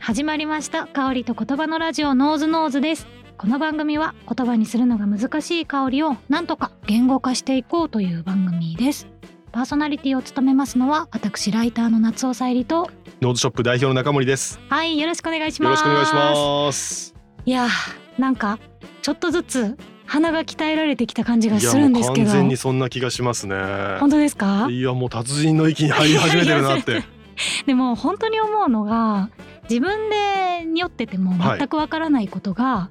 始まりました香りと言葉のラジオノーズノーズですこの番組は言葉にするのが難しい香りをなんとか言語化していこうという番組ですパーソナリティを務めますのは私ライターの夏尾さゆりとノーズショップ代表の中森です。はいよろしくお願いしよまろすしくお願いします。いやーなんかちょっとずつ鼻が鍛えられてきた感じがいすやるんもでうすけ完ど全にそんな気がしますね。本当ですかいやもう達人の域に入り始めてるなっいやて。でも本当に思うのが自分で匂っててもはい全くわからないことが、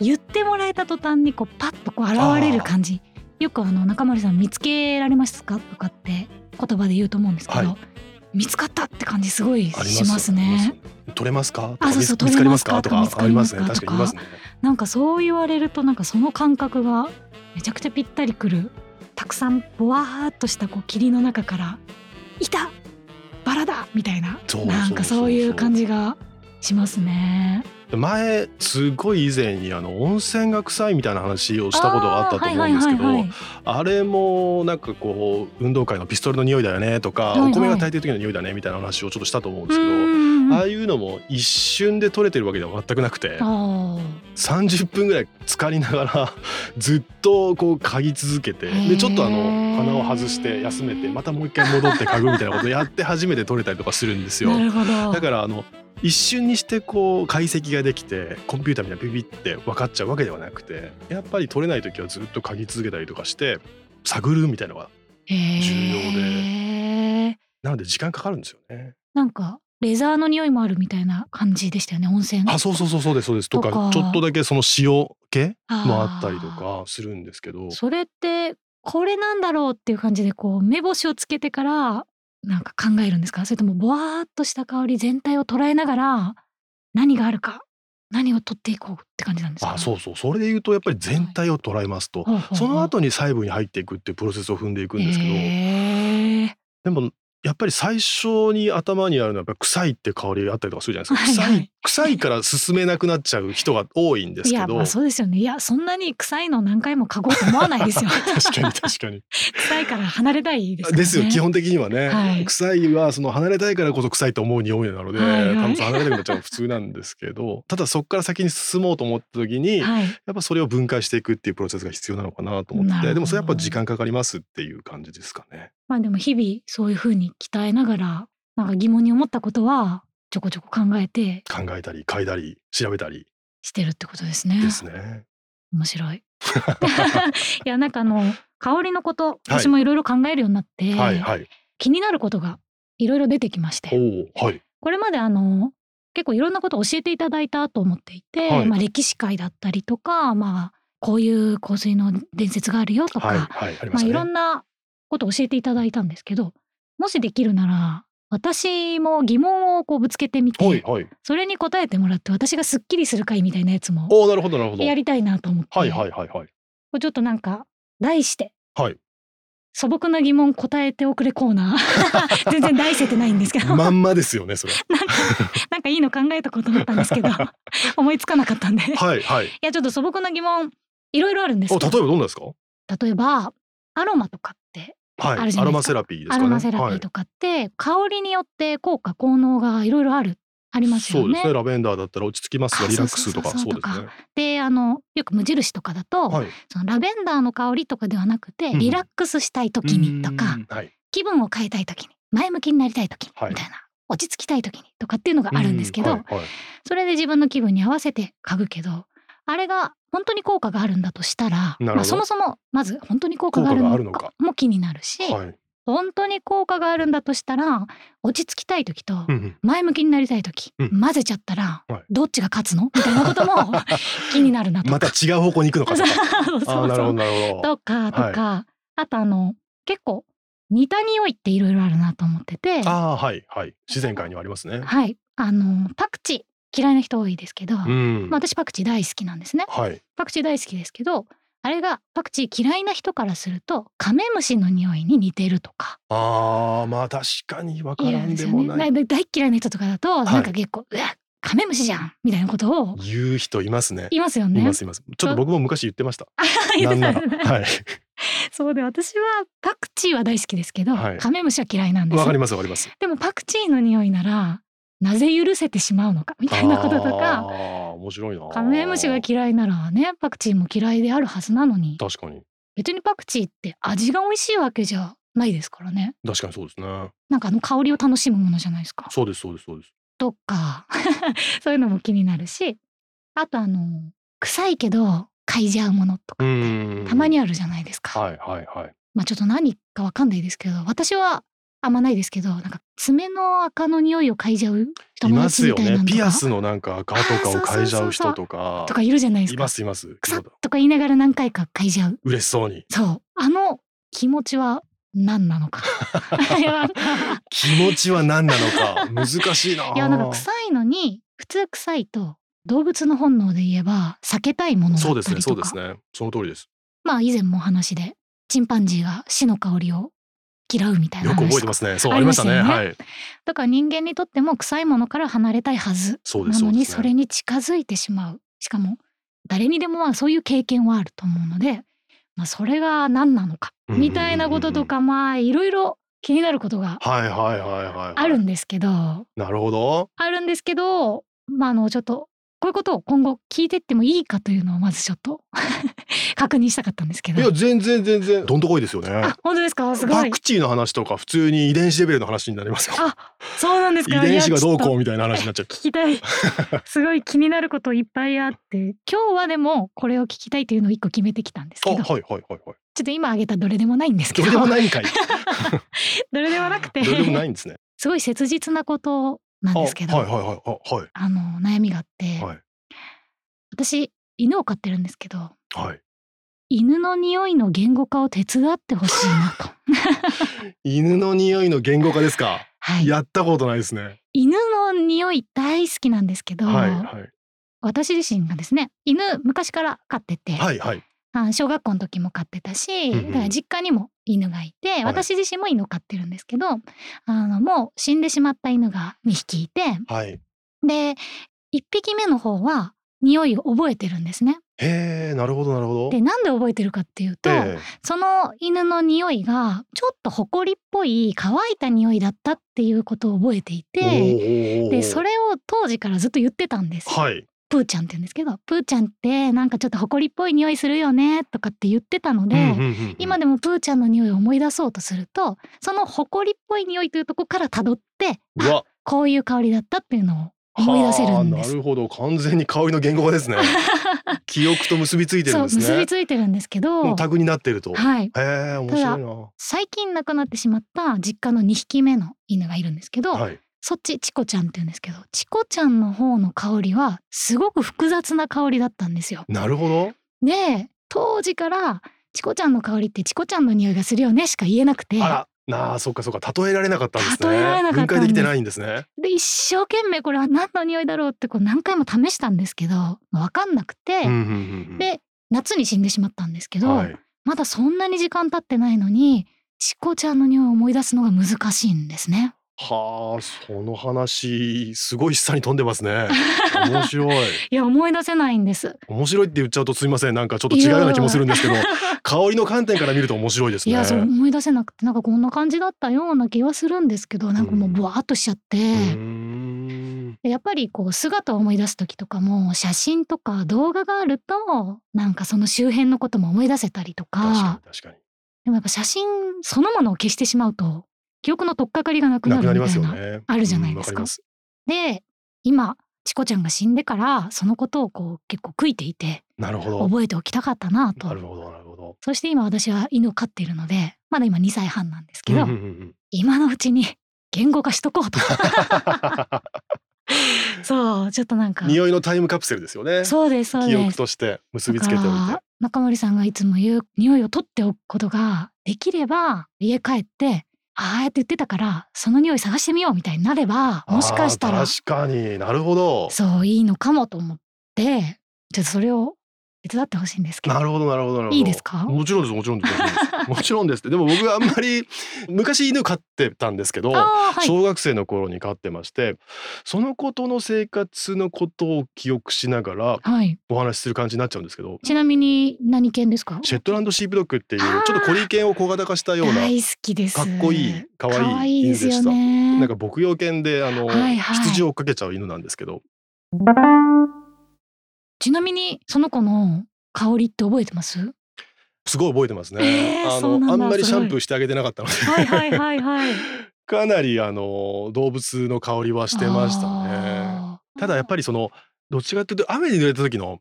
言ってもらえた途端にこうパッとこう現れる感じよくあの中森さん見つけられますかとかって言葉で言うと思うんですけど、はい見つかったって感じすごいあり しますね。。取れますか？あそうそうとか見つかります取か？とれまかすかありますね。とか確かにいますね。なんかそう言われるとなんかその感覚がめちゃくちゃぴったりくるたくさんぼわーっとしたこう霧の中から「いたバラだ!」みたいなそうそうそうそうなんかそういう感じがしますね。前すごい以前にあの温泉が臭いみたいな話をしたことがあったと思うんですけど、はいはいはいはいあれもなんかこう運動会のピストルの匂いだよねとか、はいはいお米が炊いてる時の匂いだねみたいな話をちょっとしたと思うんうですけど。んああいうのも一瞬で取れてるわけでは全くなくてあ30分ぐらい浸かりながら ずっとこう嗅ぎ続けてへーでちょっとあの鼻を外して休めてまたもう一回戻って嗅ぐみたいなことやって初めて取れたりとかするんですーよな。るほど。だからあの一瞬にしてこう解析ができてコンピューターみたいにビビって分かっちゃうわけではなくてやっぱり取れない時はずっと嗅ぎ続けたりとかして探るみたいなのが重要で。なので時間かかるんですよね。なんかレザーの匂いもあるみたいな感じでしたよね温泉。あそうそうそうそうですそうですととかかちょっとだけその塩気あーもあったりとかするんですけどそれってこれなんだろうっていう感じでこう目星をつけてからなんか考えるんですかそれともぼわーっとした香り全体を捉えながら何があるか何を取っていこうって感じなんですかあそうそうそれで言うとやっぱり全体を捉えますと、ほうほうほうその後に細部に入っていくっていうプロセスを踏んでいくんですけど、へーでもやっぱり最初に頭にあるのはやっぱり臭いって香りがあったりとかするじゃないですかはいはい臭い臭いから進めなくなっちゃう人が多いんですいけやどまあそうですよねいやそんなに臭いの何回も嗅ごうと思わないですよ 確 かに確かに臭いから離れたいですからねですよ基本的にはね、はい臭いはその離れたいからこそ臭いと思う匂いなので、はいはい多分そう離れたくなっちゃうのは普通なんですけどただそこから先に進もうと思った時に、はいやっぱそれを分解していくっていうプロセスが必要なのかなとな思っるほどてでもそれやっぱ時間かかりますっていう感じですかね。まあでも日々そういうふうに鍛えながらなんか疑問に思ったことはちょこちょこ考えて考えたり嗅いだり調べたりしてるってことですねですね。面白い いやなんかあの香りのことはい私もいろいろ考えるようになって、はいはい。気になることがいろいろ出てきましおておはいこれまであの結構いろんなことを教えていただいたと思っていて、はいまあ、歴史会だったりとか、まあ、こういう香水の伝説があるよとか、はいはいありままあ、いしたろね。んなことを教えていただいたんですけどもしできるなら私も疑問をこうぶつけてみて、はいはい。それに答えてもらって私がすっきりする会みたいなやつもおおなるほどなるほど。やりたいなと思って、はいはいはいはい。これちょっとなんか題して、はい素朴な疑問答えておくれコーナー 全然題せてないんですけど、まんまですよね それ。なんかいいの考えたこと思ったんですけど 思いつかなかったんで、い、はいはい。やちょっと素朴な疑問いろいろあるんですおけ例えばどどんなですか。は例えばアロマとかっていあるじゃないですかアロマセラピーですかアね。ロマセラピはーいとかって、香りによって効果効能がいろいろあるありますそようですねね。ラベンダーだったら落ち着きますあがリラックスとかそうそそううそでうそうすね。であのよく無印とかだと、はい。そのラベンダーの香りとかではなくて、うんリラックスしたい時にとかう、んはい気分を変えたい時に前向きになりたい時にはいみたいな落ち着きたい時にとかっていうのがあるんですけど、うはいはいそれで自分の気分に合わせて嗅ぐけどあれが本当に効果があるんだとしたら、なるほどまあ、そもそもまず本当に効果がある効果がのあるのかかも気になるし、はい。本当に効果があるんだとしたら落ち着きたい時とう んうん前向きになりたい時、うん混ぜちゃったらはいどっちが勝つのみたいなこと も気になるなとか。また違う方向に行くのかとか。 そうあそあうなるほそどうなるほとど。かとか、あとあの結構似た匂いっていろいろあるなと思っててああはいはい自然界にはありますね。はいあのパクチー嫌いな人多いですけど、うんまあ、私パクチー大好きなんですねはいパクチー大好きですけどあれがパクチー嫌いな人からするとカメムシの匂いに似てるとかああまあ確かにわか言らうんんですでよもねないだ大嫌いな人とかだといなんか結構、うわカメムシじゃんみたいなことを言う人いますね。言いますよねいますいます。ちょっと僕も昔言ってました。 言っなんてたなら言ってたはい そうで私はパクチーは大好きですけど、はいカメムシは嫌いなんです わかりますわかります。でもパクチーの匂いならなぜ許せてしまうのかみたいなこととあかー面白いなカメムシが嫌いならねパクチーも嫌いであるはずなのに確かに別にパクチーって味が美味しいわけじゃないですからね確かにそうですねなんかあの香りを楽しむものじゃないですかそうですそうですそうですとか そういうのも気になるしあとあの臭いけど嗅いじゃうものとうかーんたまにあるじゃないですか、はいはいはいまあちょっと何かわかんないですけど私はあんまないですけどなんか爪の垢の匂いを嗅いじゃう人い友ま達すみよたいなのねとかピアスのなんか赤とかを変えちゃう人とかとかいるじゃないですいかますいますくさっとか言いながら何回か嗅いじゃう嬉しそうにそうあの気持ちは何なの かいやなんか気持ちは何なのか難しいないやなんか臭いのに普通臭いと動物の本能で言えば避けたいものだそうっですたねりそうとでかすねその通りですまあ以前もお話でチンパンジーが死の香りを嫌うみたいなよく覚話えてとまかすねそうあありりままししたたよねねはいだから人間にとっても臭いものから離れたいはずそうでなすそうのでにすそねれに近づいてしまうしかも誰にでもまあそういう経験はあると思うので、まあ、それが何なのかうんうんうんうんみたいなこととかまあいろいろ気になることがはいはいはいはいはいあるんですけどなるほどあるんですけどまああのちょっとこういうことを今後聞いてってもいいかというのをまずちょっと 確認したかったんですけいどや。全然全然どんとこいですよねあ本当ですかすごパいクチーの話とか普通に遺伝子レベルの話になりますよあそうなんです遺か伝子がどいうやちょっとこうみたいな話になっちゃっ聞きた いすごい気になることいっぱいあって今日はでもこれを聞きたいというのを一個決めてきたんですたあけはどちょいはいはいはいっと今挙げたどれでもないんですけどどれでもないんかい どれでもなくてどれでもないんですね すごい切実なことなんであはいすけどあ、はいはいはいの悩みがあって、はい私犬を飼ってるんですけどはいはい犬の匂いの言語化を手伝ってほしいなと犬の匂いの言語化ですか はいやったことないですね犬の匂い大好きなんですけど、はいはい私自身がですね犬昔から飼ってて、はいはいあ小学校の時も飼ってたし、うんうんだから実家にも犬がいて、い私自身も犬を飼ってるんですけどあのもう死んでしまった犬が2匹いてはいへで1匹目の方は匂いを覚えてるんですね。えなるほどなるほどでなんで覚えてるかっていうと、えその犬の匂いがちょっとほこりっぽい乾いた匂いだったっていうことを覚えていえて。おーおーおーでそれを当時からずっと言ってたんですよ、はいプーちゃんって言うんですけどプーちゃんってなんかちょっとほこりっぽい匂いするよねとかって言ってたので、うんうんうんうん今でもプーちゃんの匂いを思い出そうとするとその埃っぽい匂いというところから辿ってうわこういう香りだったっていうのを 思い出せるんではあなす。るほど完全に香りの言語 化ですね記憶と結びついてるそんうですね結びついてるんですけもどう、タグになってると、はい、へえ面白いな最近亡くなってしまった実家の2匹目の犬がいるんですけど、はいそっちチコちゃんって言うんですけどチコちゃんの方の香りはすごく複雑な香りだったんですよ。なるほどで当時からチコちゃんの香りってチコちゃんの匂いがするよねしか言えなくてあらなあそっかそっか例えられなかったんですね例えられなかったんです分解できてないんですねで一生懸命これは何の匂いだろうってこう何回も試したんですけど分かんなくて、うんうんうんうんで夏に死んでしまったんですけど、はい、まだそんなに時間経ってないのにチコちゃんの匂いを思い出すのが難しいんですね。はあその話すごい下に飛んでますね面白いいや思い出せないん です。面白いって言っちゃうとすいませんなんかちょっと違うような気もするんですけど香りの観点から見ると面白いですいねやそう思い出せなくてなんかこんな感じだったような気はするんですけどなんかもうブワーっとしちゃって、うーんでやっぱりこう姿を思い出す時とかも写真とか動画があるとなんかその周辺のことも思い出せたりと確かかに確かにでもやっぱ写真そのものを消してしまうと記憶の取っかかりがなくななくるみなりたますいよな。ね。あるじゃないですかうんわりますで今チコちゃんが死んでからそのことをこう結構悔いていてなるほど。覚えておきたかったなとなるほどなるほど。そして今私は犬を飼っているのでまだ今2歳半なんですけど、うんうんうん今のうちに言語化しとこうと そうちょっとなんか匂いのタイムカプセルですよね。そうですそう記で憶す。として結だびつかけておいら中森さんがいつも言う匂いを取っておくことができれば家帰ってああやって言ってたからその匂い探してみようみたいになればて。もしかしたあらー確かになるほど。そういいのかもと思ってちょっとそれを手伝ってほしいんですけどなるほどなるほどなるほどいいですかもちろんですもちろんですもちろんで すもちろんですってでも僕あんまり昔犬飼ってたんですけど、あーはい小学生の頃に飼ってましてその子との生活のことを記憶しながらはいお話しする感じになっちゃうんですけどちなみに何犬ですかシェットランドシーブドッグっていうあーちょっとコリ犬を小型化したような大好きですかっこいいかわいい可愛いですよ犬でねなんか牧羊犬であの、はいはい羊を追っかけちゃう犬なんですけどちなみにその子の香りって覚えてますすごい覚えてますね、えーあそうなんのだあんまりシャンすプごーしてあげてなかったのではいはいはいはいかなりあの動物の香りは してましたねあーただやっぱりそのどっちかっていうと雨に濡れた時の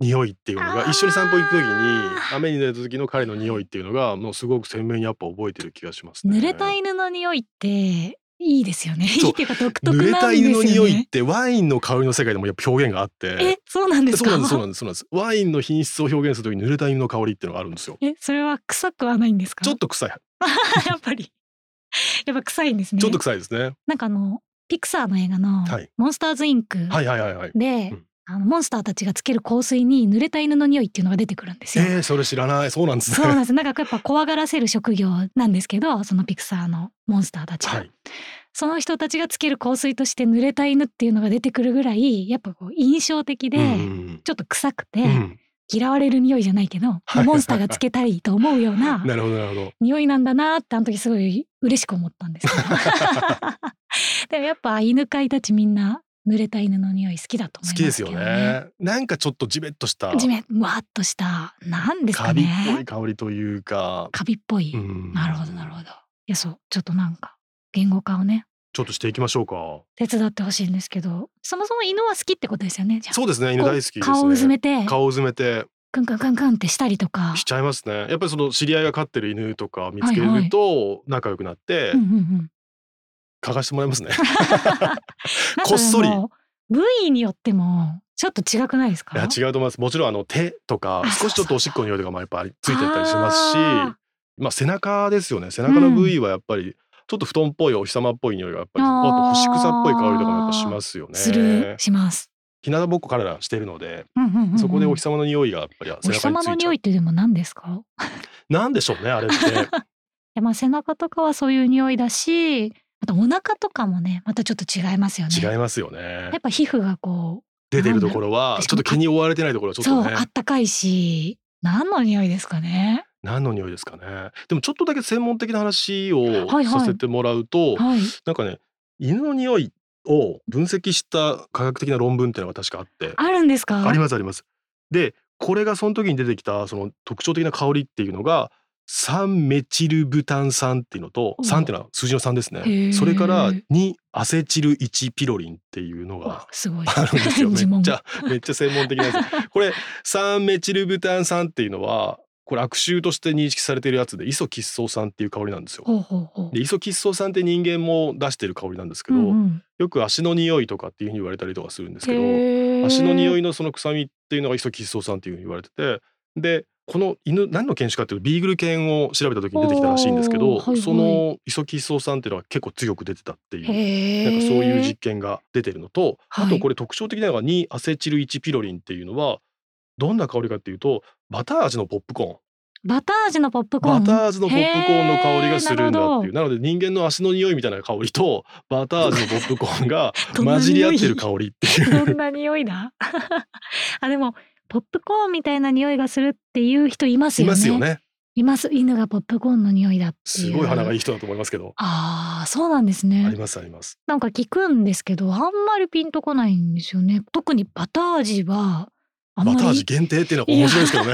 匂いっていうのが一緒に散歩行く時あに雨に濡れた時の彼の匂いっていうのがもうすごく鮮明にやっぱ覚えてる気がしますね濡れた犬の匂いっていいですよね。いそういっていうか独特なん濡ですよね。れた犬の匂いってワインの香りの世界でもやっぱ表現があってえ、そうなんですそうか。なんですそうなんですそうなんですワインの品質を表現する時に濡れた犬の香りっていうのがあるんですよえ、それは臭くはないんですか。ちょっと臭いとやっぱりやっぱ臭いんですね。ちょっと臭いですねなんかあのピクサーの映画のはいモンスターズインクはいはいはいはいでうん。あのモンスターたちがつける香水に濡れた犬の匂いっていうのが出てくるんですえよ。ー、それ知らないそうなんですそうなんねですなんかやっぱ怖がらせる職業なんですけどそのピクサーのモンスターたちが、はいその人たちがつける香水として濡れた犬っていうのが出てくるぐらいやっぱこう印象的で、うんうんちょっと臭くて、うんうん嫌われる匂いじゃないけど、はいモンスターがつけたいと思うような なるほどなるほど匂いなんだなってあの時すごい嬉しく思ったん ですけどでもやっぱ犬飼いたちみんな濡れた犬の匂い好きだと思好いますきけど、ね、ですよね。なんかちょっとジメッとしたじめわっとしたなんですかカビっぽねい香りというか、カビっぽい、うんなるほどなるほどいやそうちょっとなんか言語化をねちょっとしていきましょうか。手伝ってほしいんですけどそもそも犬は好きってことですよねじゃあそうですね。犬こう大好きですね。顔をうずめて顔をうずめてクンクンクンクンってしたりとかしちゃいますね。やっぱりその知り合いが飼ってる犬とか見つけると仲良くなってうんうん うん嗅がしてもらいますね。なんかでもこっそり部位によってもちょっと違くないですかいや違うと思います。もちろんあの手とかあ少しちょっとおしっこの匂いとかもやっぱりついてたりしますし、あまあ背中ですよね。背中の部位はやっぱりちょっと布団っぽいお日様っぽい匂いがやっぱり、ああーと干し草っぽい香りとかもやっぱしますよね。するします、日向ぼっこ彼らしてるので、うんうんうんうんそこでお日様の匂いがやっぱりお背日中に様つのいちゃ匂ういっ。てでも何ですかいなんでしょうねあれって やまあ背中とかはそういう匂いだしまたお腹とかもねまたちょっと違いますよね違いやますよねっ。ぱ皮膚がこ出てるところはなんだちょっと毛に覆われてないところはちうょっそとうねあったかいし何の匂いですかね何の匂いですかね。でもちょっとだけ専門的な話をはいはいさせてもらうと、はいなんかね犬の匂いを分析した科学的な論文っていうのが確かあってあるんですかありますあります。でこれがその時に出てきたその特徴的な香りっていうのが酸メチルブタン酸っていうのとうん酸っていうのは数字の3ですへーねそれから2アセチル1ピロリンっていうのがおす ごいあるんですよ呪め文っちゃめっちゃ専門的なや つこれ酸メチルブタン酸っていうのはこれ悪臭として認識されているやつでイソキッソ酸っていう香りなんですよ。ほうほうほうでイソキッソ酸って人間も出してる香りなんですけど、うんうんよく足の匂いとかっていうふうに言われたりとかするんですけどへー足の匂いのその臭みっていうのがイソキッソ酸っていうふうに言われててでこの犬何の犬種かっていうとビーグル犬を調べた時に出てきたらしいんですけど、おーはいはいそのイソキッソ酸っていうのが結構強く出てたっていうへなんかそういう時実験が出てるのと、はいあとこれ特徴的なのが2アセチル1ピロリンっていうのはどんな香りかっていうとバター味のポップコバター味のポップーコーンンバター味のポップコーンの香りがするんだっていへーうなので人間の足の匂いみたいな香りとバター味のポップコーンがどんな匂い混じり合ってる香りっていうどんな匂いだ あでもポップコーンみたいな匂いがするっていう人いますよいねますよねいます犬がポップコーンの匂いだっていうすごい鼻がいいい人だと思いますけどあーそうなんですあねりますありますなんか聞くんですけどあんまりピンとこないんですよね特にバター味はあんまバりター味限定っていうのは面白いですけどね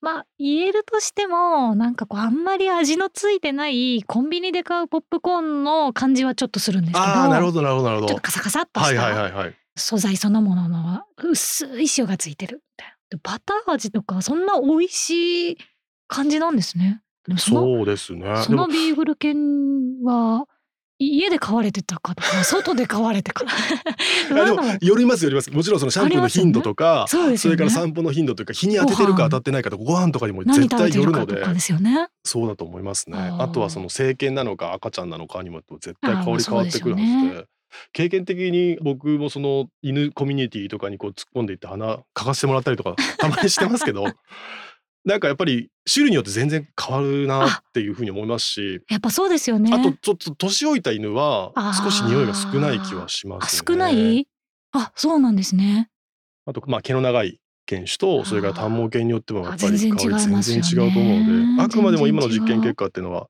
まあ言えるとしてもなんかこうあんまり味のついてないコンビニで買うポップコーンの感じはちょっとするんですけどああーなるほどなるほどなるほちょっどとカサカサっとはしいた、はいはいはい素材そのものの薄い塩がついてるみたいなでバター味とかそんな美味しい感じなんですねでもそのそうですねそでものビーグル犬はい家で飼われてたかとか外で飼われて かあでなんもかもうよりますよりますもちろんそのシャンプーの頻度とかそうですそよれからね散歩の頻度というか日に当ててるごか飯当たってないかとかご飯とかにも何絶食べ対てよるるかのとでかですよねそうだと思いますねあーあとはその成犬なのか赤ちゃんなのかにもよっても絶対あー香り変わってくるはずでまあそうでしょう経験的に僕もその犬コミュニティとかにこう突っ込んでいって鼻かかせてもらったりとかたまにしてます けどなんかやっぱり種類によって全然変わるなっていうふうに思いますしやっぱそうですよねあとちょっと年老いた犬はあー少し匂いが少ない気はしまあすね。少ないあそうなんですねあとまあ毛の長い犬種とそれから短毛犬によってもやっぱあり全香然違いり全ますよね然違うと思うのであくまでも今の実全然違験う結果っていうのは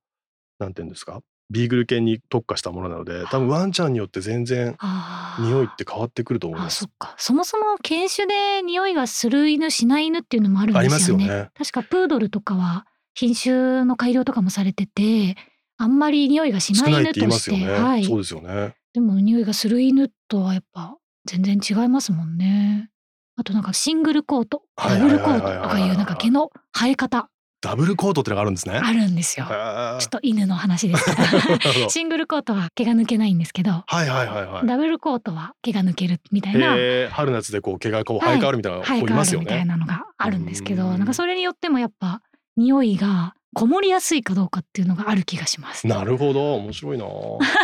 なんていうんですかビーグル犬に特化したものなので多分ワンちゃんによって全然あー匂いって変わってくると思いあまそすっ。かそもそも犬種で匂いがする犬しない犬っていうのもあるんありでますすよよねね。確かプードルとかは品種の改良とかもされててあんまり匂いがし少ないないっ犬て言いとましすよてね。はいそうですよね。でも匂いがする犬とはやっぱ全然違いますもんね。あとなんかシングルコート、はダいブルコートはいはといはかいはいいはういなんか毛の生え方ダブルコートってのがあるんですね。あるんですよ。はちょっと犬の話ですけ どシングルコートは毛が抜けないんですけど、はいはいはいはい。ダブルコートは毛が抜けるみたいなえー、春夏でこう毛がこうはい生え変わるみたいなのが生えこうい変わまするよみたいね。なのがあるんですけうどんなんかそれによってもやっぱ匂いがこもりやすいかどうかっていうのがある気がします。なるほど面白いな。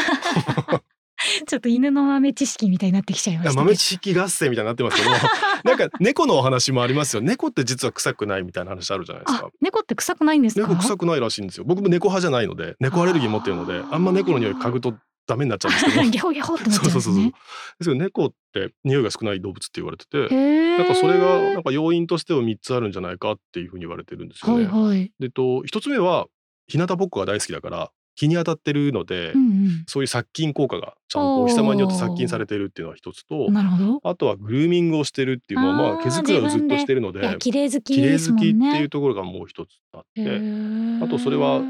ちょっと犬の豆知識みたいになってきちゃいましいた やけど。豆知識合戦みたいになってますけど なんか猫のお話もありますよ猫って実は臭くないみたいな話あるじゃないですあか、猫って臭くないんですか？猫臭くないらしいんですよ僕も猫派じゃないので猫アレルギー持ってるのであーあんま猫の匂い嗅ぐとダメになっちゃうんですけど ギャホギャホってなっちゃそううんそでうすそうそうでね。すけど猫って匂いが少ない動物って言われててへーなんかそれがなんか要因としては3つあるんじゃないかっていうふうに言われてるんですよはね。いはい。でと1つ目は日向ぼっこが大好きだから日に当たってるので、うんそういう殺菌効果がちゃんとお日様によって殺菌されてるっていうのは1つと、うん。なるほど。あとはグルーミングをしてるっていうまああーまあ毛づくろいをずっとしてるのいやで綺麗好き綺麗です好もきっんていうね。ところがもう一つあって、へーあとそれは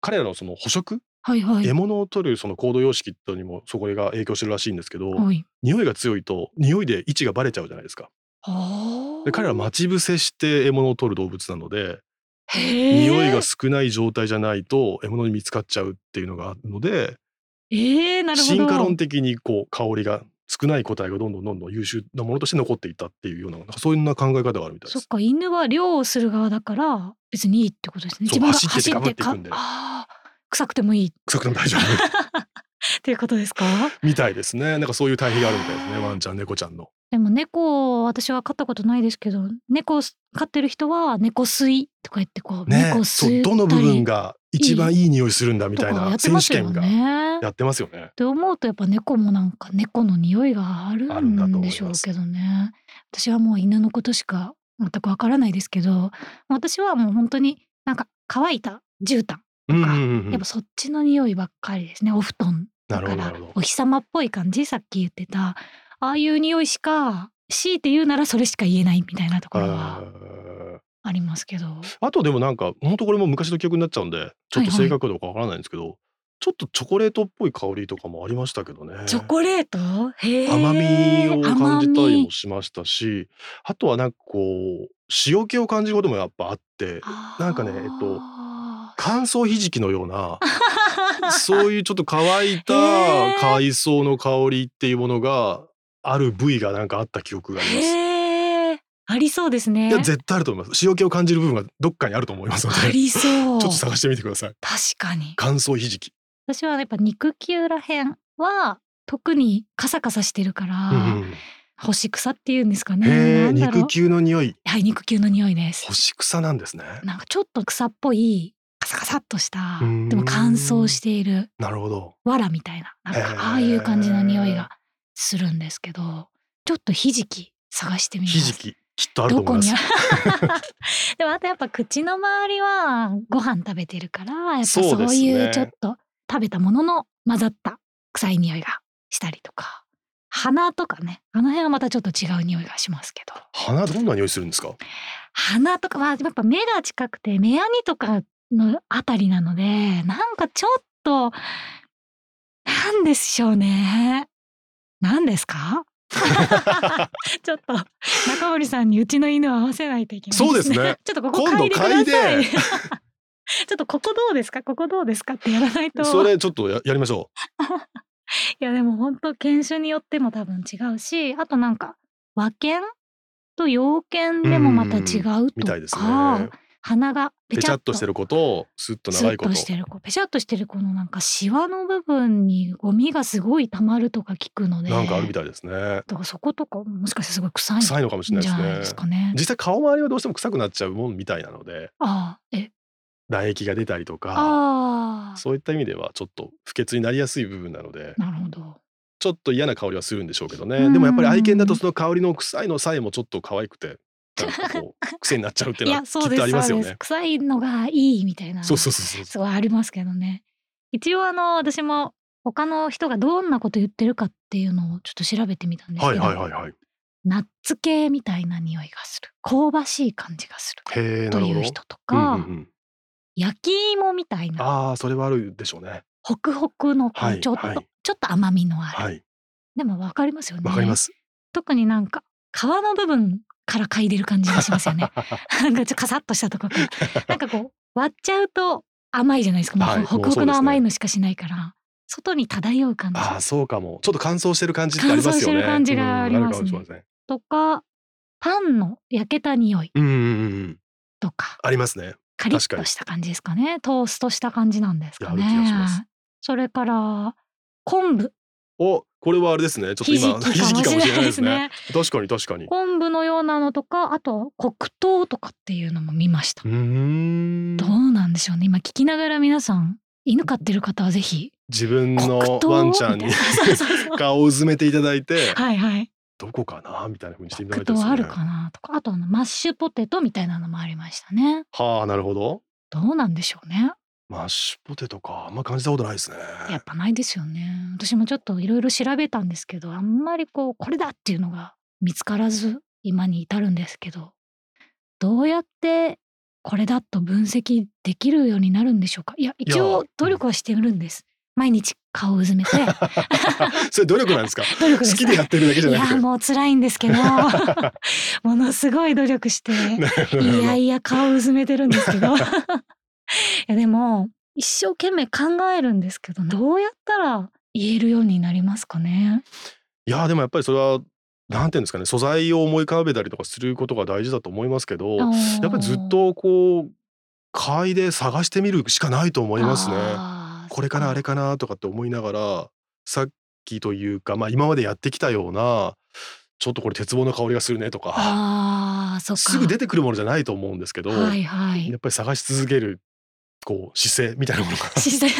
彼らのその捕食、はいはい獲。物を取るその行動様式とにもそこが影響してるらしいんですけど、はい。匂いが強いと匂いで位置がバレちゃうじゃないですか。はで彼らは待ち伏せして獲物を取る動物なので、匂匂いが少ない状態じゃないと獲物に見つかっちゃうっていうのがあるのでええなるほど。進化論的にこう香りが少ない個体がどんどんどんどん優秀なものとして残っていったっていうようななんかそういうような考え方があるみたいそでっす。か犬は猟をする側だから別にいいってことですね。そ自う分が走ってて走頑張っていくんであー臭くてもいい臭くても大丈夫っていうことですか？みたいですね。なんかそういう対比があるみたいですね。ワンちゃん、猫ちゃんの。でも猫を私は飼ったことないですけど猫を飼ってる人は猫吸いとか言ってこう、ね猫、をそ吸うったどりの部分が一番いい匂いするんだみとたいかやっなて選ま手すよ権がね。やってますよねっ。て思うとやっぱ猫もなんか猫の匂いがあるあるんだとん思でいますしょうけどね私はもう犬のことしか全くわからないですけど私はもう本当になんか乾いた絨毯うんかうんうんやっぱそっちの匂いばっかりですねお布団なだるかほどならるほどお。日様っぽい感じさっき言ってたああいう匂いしか強いて言うならそれしか言えないみたいなところはあーありますけどあとでもなんか本当これも昔の記憶になっちゃうんでちょっと正確度かわからないんですけど、ちょっとチョコレートっぽい香りとかもありましたけどね。チョコレートへー甘みを感じた甘りみもしましたしあとはなんかこう塩気を感じることもやっぱあってなんかねえっとあ乾燥ひじきのようなーそういうちょっと乾いへーた海藻の香りっていうものがある部位がなんかあった記憶があります。へえ、ありそうですね。いや絶対あると思います。塩気を感じる部分がどっかにあると思いますのあで、ちりそょう。っと探してみてください。確かに。乾燥ひじき。私はやっぱ肉球らへんは特にカサカサしてるから、うんうん干し草っていうんですかね。へえ、なんだろう肉。球の匂い、はい、肉球の匂いです干。し草なんですね。なんかちょっと草っぽいカサカサっとしたうー、んでも乾燥しているなるほど。藁みたいな、なんへーかああいう感じの匂いがするんですけど、ちょっとひじき探してみます。ひじき、きっとあると思います。どこにあ でもあとやっぱ口の周りはご飯食べてるからやっぱそそうですねういうちょっと食べたものの混ざった臭い匂いがしたりとか鼻とかねあの辺はまたちょっと違う匂いがしますけど花どんな匂いするんですか。鼻とかはやっぱ目が近くて目やにとかのあたりなのでなんかちょっとなんでしょうね何ですかちょっと中森さんにうちの犬を合わせないといけないそうですね ちょっとここ嗅いでくだ今度さ嗅いいでち ょっとここどうですかここどうですかってやらないとそれちょっとややりましょいやでも本当犬種によっても多分違うしあとなんか和犬と洋犬でもまた違うとかうみたいですね。鼻がペペチチャャッッととしてることスッとス長ッいことしてるこうペチャッとしてるこのなんかシワの部分にゴミがすごい溜まるとか聞くのでなんかあるみたいですねだからそことかもしかしてすごい臭いんじ臭いのかもしれゃないないでですすねかね。実際顔周りはどうしても臭くなっちゃうもんみたいなのでああえ唾液が出たりとかああそういった意味ではちょっと不潔になりやすい部分なのでなるほど。ちょっと嫌な香りはするんでしょうけどうねんでもやっぱり愛犬だとその香りの臭いのさえもちょっと可愛くてなんかこう癖になっちゃうっていいうのはやきそうっでとあすりまそすうでよすね。臭いのがいいみたいなそうそうそうそうすごいありますけどね。一応あの私も他の人がどんなこと言ってるかっていうのをちょっと調べてみたんですはけいど、はいはいはい。ナッツ系みたいな匂いがする香ばしい感じがするへえとなるいほどう。人とうんか、うんうん焼き芋みたいなああそれはあるでしょうね。ホクホクのこうはいちょっと、はいちょっと甘みのある、はいでもわかりますよねわかり ます。特になんか皮の部分から嗅いでる感じがしますよねなんかちょっとカサッとしたとこ からなんかこう割っちゃうと甘いじゃないですか、もうはいホクもうホクそうですねの甘いのしかしないから、外に漂う感じああそうかも。ちょっと乾燥してる感じってありま乾燥すよね。してる感じがありますねうんるかもしれませんとかパンの焼けた匂いうんうんうんうん。とかありますね。カリッとした感じですかねトーストした感じなんですかねいやある気がしますそれから昆布おこれはあれですね。ちょっとひじき今かもしれないですねひじきかもしれないですね確かに確かに。昆布のようなのとかあと黒糖とかっていうのも見ましたうーんどうなんでしょうね今聞きながら皆さん犬飼ってる方はぜひ自分黒の糖ワンちゃんにみたいな そうそうそう顔を埋めていただいてはいはいどこかなみたいな風にしていただ黒いてで糖すね。あるかなとかあとあのマッシュポテトみたいなのもありましたねはあなるほど。どうなんでしょうねマッシュポテトかあんま感じたことないで すね。やっぱないですよね私もちょっといろいろ調べたんですけどあんまりこうこれだっていうのが見つからず今に至るんですけどどうやってこれだと分析できるようになるんでしょうかいや一応努力はしてるんです毎日顔をうずめてそれ努力なんですか。努力 で好すきでやってるだけじゃいなくてや。もう辛いん ですけどものすごい努力してなるほど いやいや顔うずめてるんですけどいやでも一生懸命考えるんですけどどうやったら言えるようになりますかねいやでもやっぱりそれはなんていうんですかね素材を思い浮かべたりとかすることが大事だと思いますけどやっやぱりずっとこう嗅いで探してみるしかないと思いますね。これかなあれかなとかって思いながらさっきというか、まあ、今までやってきたようなちょっとこれ鉄棒の香りがするねとかあーそっかすぐ出てくるものじゃないと思うんですけど、はいはいやっぱり探し続けるこう姿勢みたいなも のが自然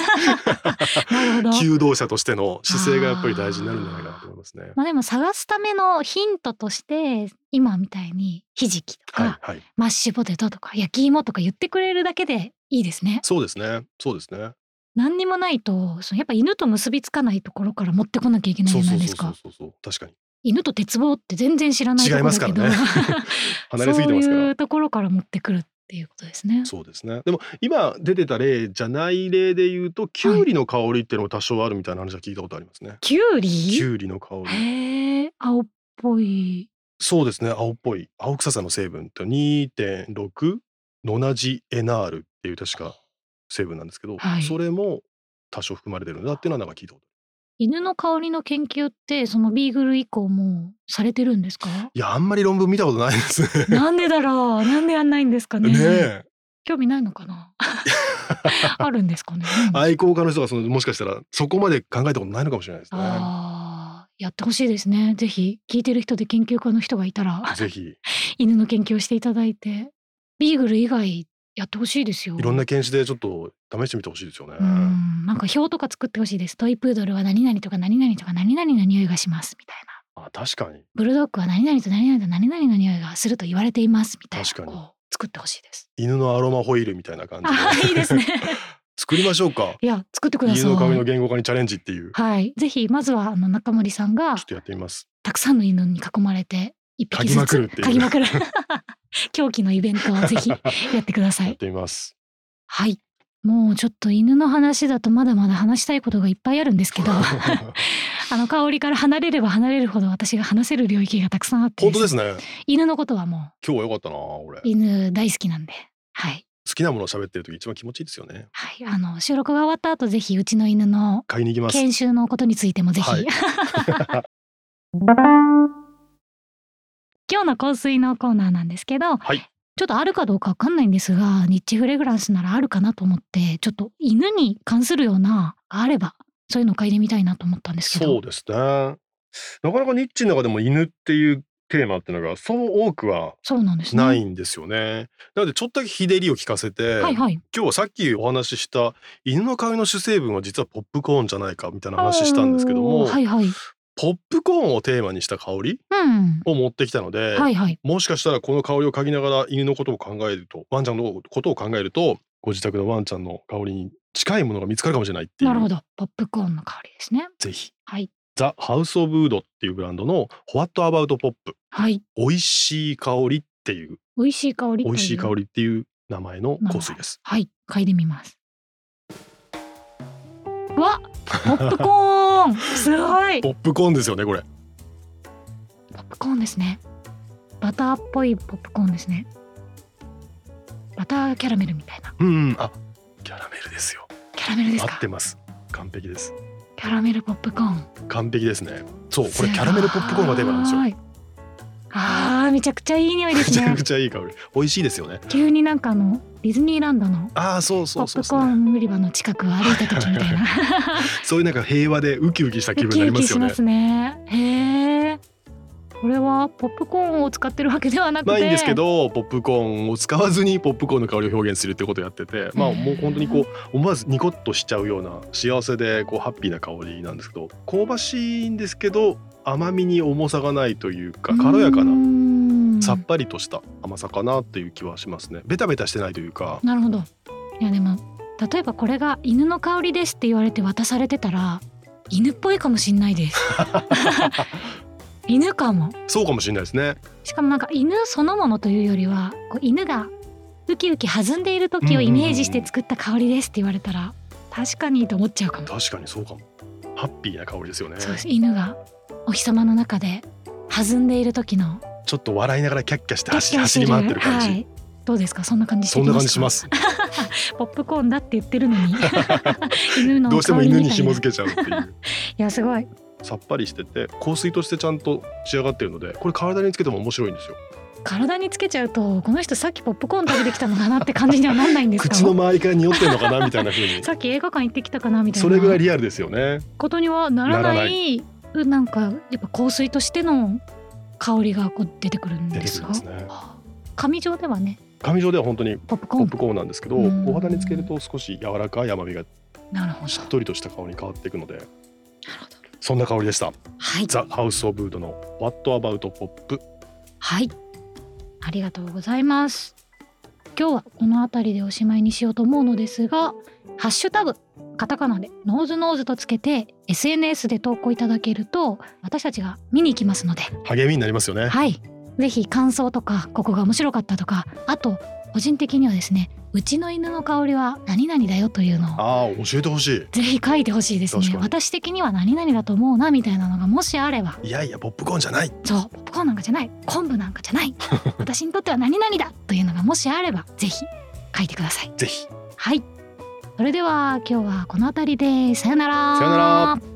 なるほど 求道者としての姿勢がやっぱり大事になるんじゃないかなと思いますね。まあでも探すためのヒントとして今みたいにひじきとか、はい、はい、マッシュポテトとか焼き芋とか言ってくれるだけでいいですねそうですねそうですね。何にもないとそのやっぱ犬と結びつかないところから持ってこなきゃいけないじそうゃなそいうでそすうそかうそうそう確かに犬と鉄棒って全然知らないとこ違いろまだすけかど、らね 離れすぎてますからそういうところから持ってくるっていうことですねそうですねでも今出てた例じゃない例で言うときゅうりの香りっていうのも多少あるみたいな話は聞いたことありますね。キュウきリゅうりの香りへえ青っぽいそうですね青っぽい青臭さの成分と2.6ノナジエナールっていう確か成分なんですけど、はいそれも多少含まれてるんだっていうのはなんか聞いたこと犬の香りの研究ってそのビーグル以降もされてるんですか いやあんまり論文見たことないです ね。なんでだろうなんでやんないんですかねねえ興味ないのか なあるんですかね愛好家の人がそのもしかしたらそこまで考えたことないのかもしれないですね。ああ、やってほしいですね。ぜひ聞いてる人で研究家の人がいたら、ぜ ひ犬の研究をしていただいて、ビーグル以外やってほしいですよ。いろんな犬種でちょっと試してみてほしいですよね。うん、なんか表とか作ってほしいです。トイプードルは何々とか何々とか何々の匂いがしますみたいな。あ確かにブルドッグは何々と何々と何々の匂いがすると言われていますみたい確な。かにこう作ってほしいです。犬のアロマホイールみたいな感じ あー、いいですね。 作りましょうかいや、作ってください。犬の髪の言語化にチャレンジっていうちょはい、ぜひまずはあの中森さんがっとやってみますたくさんの犬に囲まれて一匹嗅ぎずまつくるっていう嗅ぎまくる 狂気のイベントをぜ ひやってくださやっいてみます はいもうちょっと犬の話だとまだまだ話したいことがいっぱいあるんですけどあの香りから離れれば離れるほど私が話せる領域がたくさんあって本当ですね犬のことはも今日は良かったな俺う犬大好きなんではい好きなものを喋ってる時一番気持ちいいですよねはいあの収録が終わった後ぜひうちの犬の買いに行きます研修のことについてもぜひ、はい今日の香水のコーナーなんですけど、はいちょっとあるかどうかわかんないんですがニッチフレグランスならあるかなと思ってちょっと犬に関するようながあればそういうのを嗅いでみたいなと思ったんですけどそうですね。なかなかニッチの中でも犬っていうテーマっていうのがそう多くはそうなんですね。ないんですよね。なのでちょっとだけ日照りを聞かせて、はいはい。今日はさっきお話しした犬の髪の主成分は実はポップコーンじゃないかみたいな話したんですけども、おーはいはい。ポップコーンをテーマにした香りうん。を持ってきたので、はいはい。もしかしたらこの香りを嗅ぎながら犬のことを考えるとワンちゃんのことを考えるとご自宅のワンちゃんの香りに近いものが見つかるかもしれないっていなるほうど。ポップコーンの香りですね。ぜひはい。ザ・ハウス・オブ・ウードっていうブランドの「ホワット・アバウト・ポップはい。美味しい香り」っていう美味しい香り。美味しい香。りっていう名前の香水です。はい。嗅いでみます。うわ、ポップコ ーン。すごい。ポップコーンですよねこれポップコーンですね。バターっぽいポップコーンですね。バターキャラメルみたいな。うんうんあキャラメルですよキャラメルです合かっ。てます完璧ですキャラメルポップコーン。完璧ですねそうこれキャラメルポップコーンがテーマなんですよごいあーめちゃくちゃいい匂いでめすちゃねく。ちゃいい香り美味しいですよね急になんかあのディズニーランドのああそうそポうッそうプそコーう、ね、ン売り場の近くを歩いた時みたいな。 そういうなんか平和でウキウキした気ウ分にキなりウまキすしよねますね。へえ。これはポップコーンを使ってるわけではなくて。ないんですけ。どポップコーンを使わずにポップコーンの香りを表現するってことをやっててまあもう本当にこう思わずニコッとしちゃうような幸せでこうハッピーな香りなんですけど香ばしいんですけど甘みに重さがないというか軽やかななさっぱりとした甘さかなっていう気はしますねベタベタしてないというかなるほど。いやでも例えばこれが犬の香りですって言われて渡されてたら犬っぽいかもしんない です。犬かも。そうかもしれないですねしかもなんか犬そのものというよりはこう犬がウキウキ弾んでいる時をイメージして作った香りですって言われたら確かにと思っちゃうかも。確かにそうかもハッピーな香りですよねそうです犬がお日様の中で弾んでいる時のちょっと笑いながらキャッキャして走キャッキ走ャりしてる回ってる感じ、はい、どうですかそんな感じしてそんきなます感じかしますポップコーンだって言ってるの に犬のどうしても香りみ犬たいにな紐付けちゃうっていういやすごいさっぱりしてて香水としてちゃんと仕上がってるのでこれ体につけても面白いんですよ体につけちゃうとこの人さっきポップコーン食べてきたのかなって感じにはなんないんですか口の周りから匂ってるのかなみたいな風にさっき映画館行ってきたかなみたいなそれぐらいリアルですよねことにはならないならなうんなんかやっぱ香水としての香りがこう出てくるん出でてくするがんですねはあ紙上ではね紙上では本当にポップコポーッンプコーンなんですけどうんお肌につけると少し柔らかい甘みがなるほどしっとりとした香りに変わっていくのでなるほどそんな香りでしたはいザ・ハウス・オブ・ウードの What About Pop はいありがとうございます今日はこの辺りでおしまいにしようと思うのですがハッシュタグカタカナでノーズノーズとつけて SNS で投稿いただけると私たちが見に行きますので励みになりますよねはい。ぜひ感想とか、ここが面白かったとか、あと、個人的にはですね、うちの犬の香りは何々だよというのを、ああ教えてほしぜひ書いてほしいです確ねか。に私的には何々だと思うな、みたいなのがもしあれば、いいやいやポップコーンじゃないそう、ポップコーンなんかじゃない、昆布なんかじゃない、 私にとっては何々だというのがもしあれば、ぜひ書いてください。ぜひはい。それでは今日はこの辺りで、さよなら。さよなら。